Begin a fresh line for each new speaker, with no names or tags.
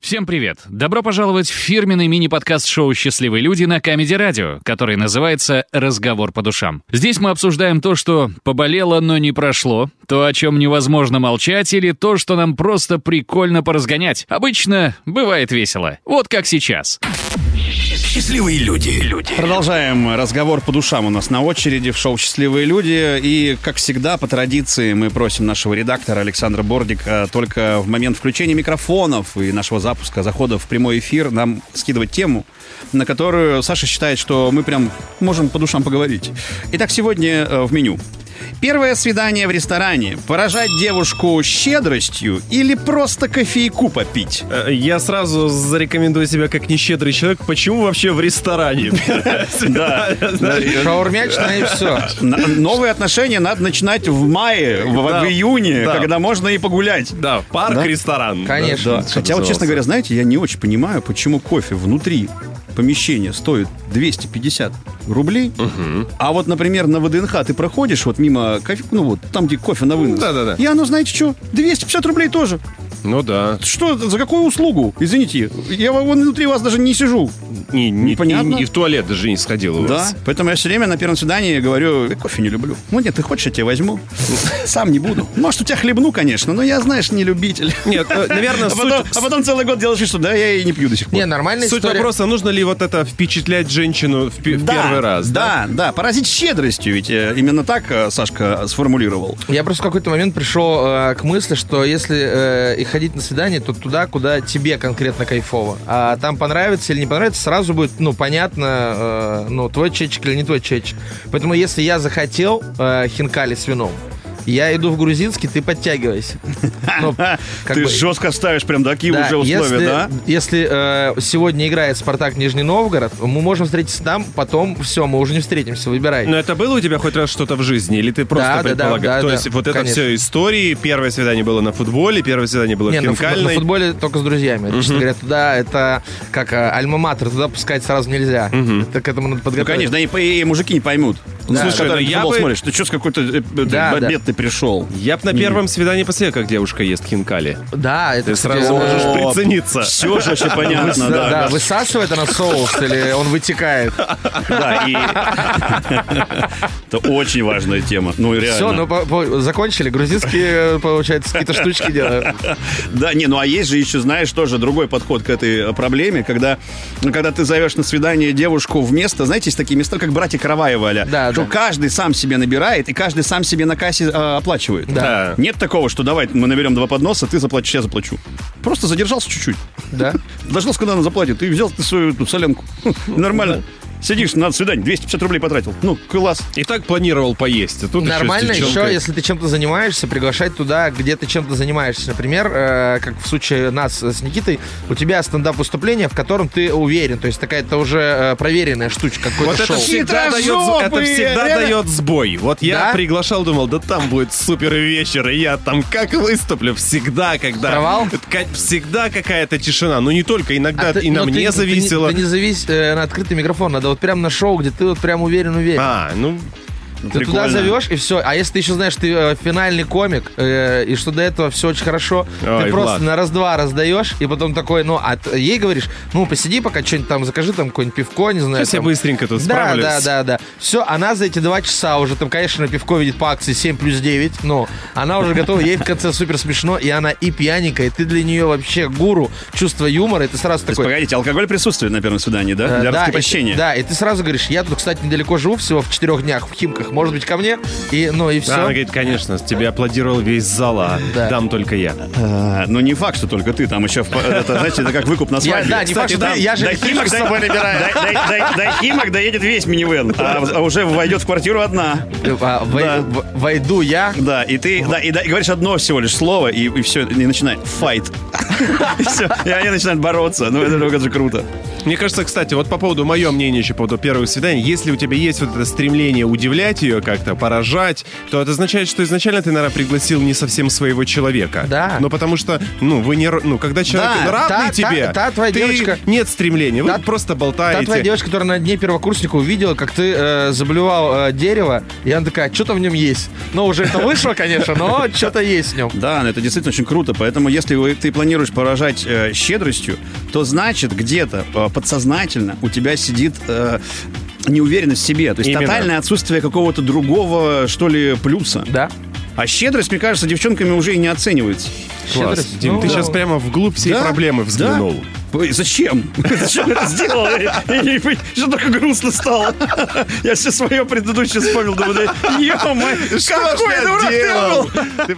Всем привет! Добро пожаловать в фирменный мини-подкаст шоу «Счастливые люди» на Камеди Радио, который называется «Разговор по душам». Здесь мы обсуждаем то, что поболело, но не прошло, то, о чем невозможно молчать, или то, что нам просто прикольно поразгонять. Обычно бывает весело. Вот как сейчас.
Счастливые люди. Люди.
Продолжаем разговор по душам у нас на очереди в шоу «Счастливые люди». И, как всегда, по традиции мы просим нашего редактора Александра Бордика только в момент включения микрофонов и нашего запуска, захода в прямой эфир, нам скидывать тему, на которую Саша считает, что мы прям можем по душам поговорить. Итак, сегодня э, в меню. Первое свидание в ресторане. Поражать девушку щедростью или просто кофейку попить?
Э, Я сразу зарекомендую себя как нещедрый человек. Почему вообще в ресторане? Да.
Шаурмячная и все.
На- новые отношения надо начинать в мае, в, в
Да.
июне,
Да.
когда можно и погулять.
Да, парк, ресторан.
Конечно.
Да, да.
Хотя вот, честно говоря, знаете, я не очень понимаю, почему кофе внутри помещения стоит 250 рублей, а вот, например, на ВДНХ ты проходишь вот мимо кофе, ну вот там, где кофе на вынос,
Да-да-да.
и оно, знаете что, 250 рублей тоже.
Ну да.
Что, за какую услугу? Извините, я во- вон внутри вас даже не сижу.
И, не-
Непонятно.
и- и в туалет даже не сходил у
Да,
вас.
поэтому я все время на первом свидании говорю, я кофе не люблю. Ну нет, ты хочешь, я тебе возьму. Сам не буду. Может, у тебя хлебну, конечно, но я, знаешь, не любитель.
Нет, э, наверное,
А потом, а
суть...
потом целый год делаешь вид, что да, я и не пью до сих пор.
Не, нормальная
Суть
история.
вопроса, нужно ли вот это впечатлять женщину в, пе- в
Да,
первый раз?
Да, да, поразить щедростью, ведь э, именно так э, Сашка сформулировал.
Я просто в какой-то момент пришел э, к мысли, что если э, и ходить на свидание, то туда, куда тебе конкретно кайфово. А там понравится или не понравится, сразу будет, ну, понятно, э, ну, твой чечек или не твой чечек. Поэтому если я захотел э, хинкали с вином, я иду в грузинский, ты подтягивайся. Ну, как
Ты
бы-
жестко ставишь прям такие
Да,
уже условия,
если,
да?
Если э, сегодня играет Спартак Нижний Новгород, мы можем встретиться там, потом все, мы уже не встретимся, выбирай.
Но это было у тебя хоть раз что-то в жизни? Или ты просто
Да, да, да,
предполагаешь?
да,
То
да,
есть вот это
конечно.
все истории. Первое свидание было на футболе, первое свидание было
Не,
в
на, футбо- на
хинкальной.
футболе только с друзьями. Это, Честно говоря, туда это как э, альма-матер, туда пускать сразу нельзя. Это к этому надо
Ну,
подготовиться.
конечно, да и, по- и мужики не поймут. Слушай,
Да.
Слушай,
когда
ну,
ты
я
футбол
бы-
смотришь, ты что, с какой-то э, э,
Да,
обед ты пришел?
Я бы на первом свидании посмотрел, как девушка ест хинкали.
Да, это
Ты
кстати,
сразу
э,
можешь
О,
прицениться.
Все же вообще понятно,
да,
да.
да, высасывает она соус или он вытекает.
Да, и... Это очень важная тема. Ну, реально.
Все, ну по- по- закончили. Грузинские, э, получается, какие-то штучки делают.
Да, не, ну а есть же еще, знаешь, тоже другой подход к этой э, проблеме, когда, ну, когда ты зовешь на свидание девушку в место, знаете, есть такие места, как братья Караваева, Аля,
Да,
что
да.
каждый сам себе набирает и каждый сам себе на кассе э, оплачивает.
Да.
Нет такого, что давай мы наберем два подноса, ты заплатишь, я заплачу. Просто задержался чуть-чуть.
Да.
Дождался, когда она заплатит, ты взял ты свою эту соленку. Нормально. Сидишь на свидание, 250 рублей потратил. Ну, класс.
И так планировал поесть. А тут
Нормально
еще, с
еще,
девчонкой.
если ты чем-то занимаешься, приглашать туда, где ты чем-то занимаешься. Например, э, как в случае нас э, с Никитой, у тебя стендап-выступление, в котором ты уверен. То есть такая-то уже э, проверенная штучка, какое-то
Вот это
шоу.
всегда, дает,
Хитрожопые,
это всегда
реально.
дает сбой. Вот я
Да?
приглашал, думал, да там будет супер вечер, и я там как выступлю всегда, когда...
Провал?
Ка- Всегда какая-то тишина. Ну не только, иногда
А ты-
и на
но ты-
мне
ты
зависело.
не- Ты не завис э, на открытый микрофон, надо вот прям на шоу, где ты вот прям уверен-уверен.
А, ну...
Ты
Прикольно.
туда зовешь, и все. А если ты еще знаешь, ты э, финальный комик, э, и что до этого все очень хорошо,
Ой,
ты просто
Влад.
на раз-два раздаешь, и потом такой, ну, а т- ей говоришь, ну, посиди пока, что-нибудь там закажи, там, какое-нибудь пивко, не знаю.
Сейчас я
там.
быстренько тут
Да,
справлюсь.
да, да, да. Все, она за эти два часа уже, там, конечно, пивко видит по акции 7 плюс 9, но она уже готова, ей в конце супер смешно, и она и пьяненькая, и ты для нее вообще гуру, чувство юмора, и ты сразу
То есть,
такой...
погодите, алкоголь присутствует на первом свидании, да?
Э,
Для
да,
раскрепощения.
И, да, и ты сразу говоришь, я тут, кстати, недалеко живу, всего в четырех днях в Химках, может быть, ко мне, и, ну, и
Да, А, Она
все.
говорит, конечно, тебе аплодировал весь зал, а
Да.
дам только я.
А, ну не факт, что только ты там еще, в- э, это, знаете, это как выкуп на свадьбе.
да, не факт, что ты- я же
до
не
Химок
приду с
до- до- до- до- до Химок доедет весь минивэн, а, а уже войдет в квартиру одна.
Э,
Да.
а, Войду я.
Да, и ты да, и, да, и говоришь одно всего лишь слово, и, и все, и начинает файт. И всё, и они начинают бороться. Ну, это, ну, это же круто.
Мне кажется, кстати, вот по поводу мое мнение еще по поводу первого свидания, если у тебя есть вот это стремление удивлять, удивить ее как-то, поражать, то это означает, что изначально ты, наверное, пригласил не совсем своего человека.
Да.
Но потому что, ну, вы не... р- Ну, когда человек
Да,
равный
та-
тебе,
та- та твоя
ты-
девочка-
нет стремления, вы
Та-
просто
Та
болтаете.
твоя девочка, которая на дне первокурсника увидела, как ты э, заблевал э, дерево, и она такая, что-то в нем есть. Ну, уже это вышло, конечно, но что-то есть в нем.
Да, но это действительно очень круто. Поэтому, если вы- ты планируешь поражать э, щедростью, то значит где-то э, подсознательно у тебя сидит э, неуверенность в себе. То есть
Именно.
тотальное отсутствие какого-то другого, что ли, плюса.
Да?
А щедрость, мне кажется, девчонками уже и не оценивается.
Класс.
Щедрость?
Дим,
Ну,
ты сейчас прямо вглубь всей
Да?
проблемы
Да?
взглянул.
Ой, Зачем? Зачем я это сделал? Я- я не пон- Что только грустно стало. Я все свое предыдущее вспомнил. Думаю, да, ё-моё, какой дурак ты был!
Ты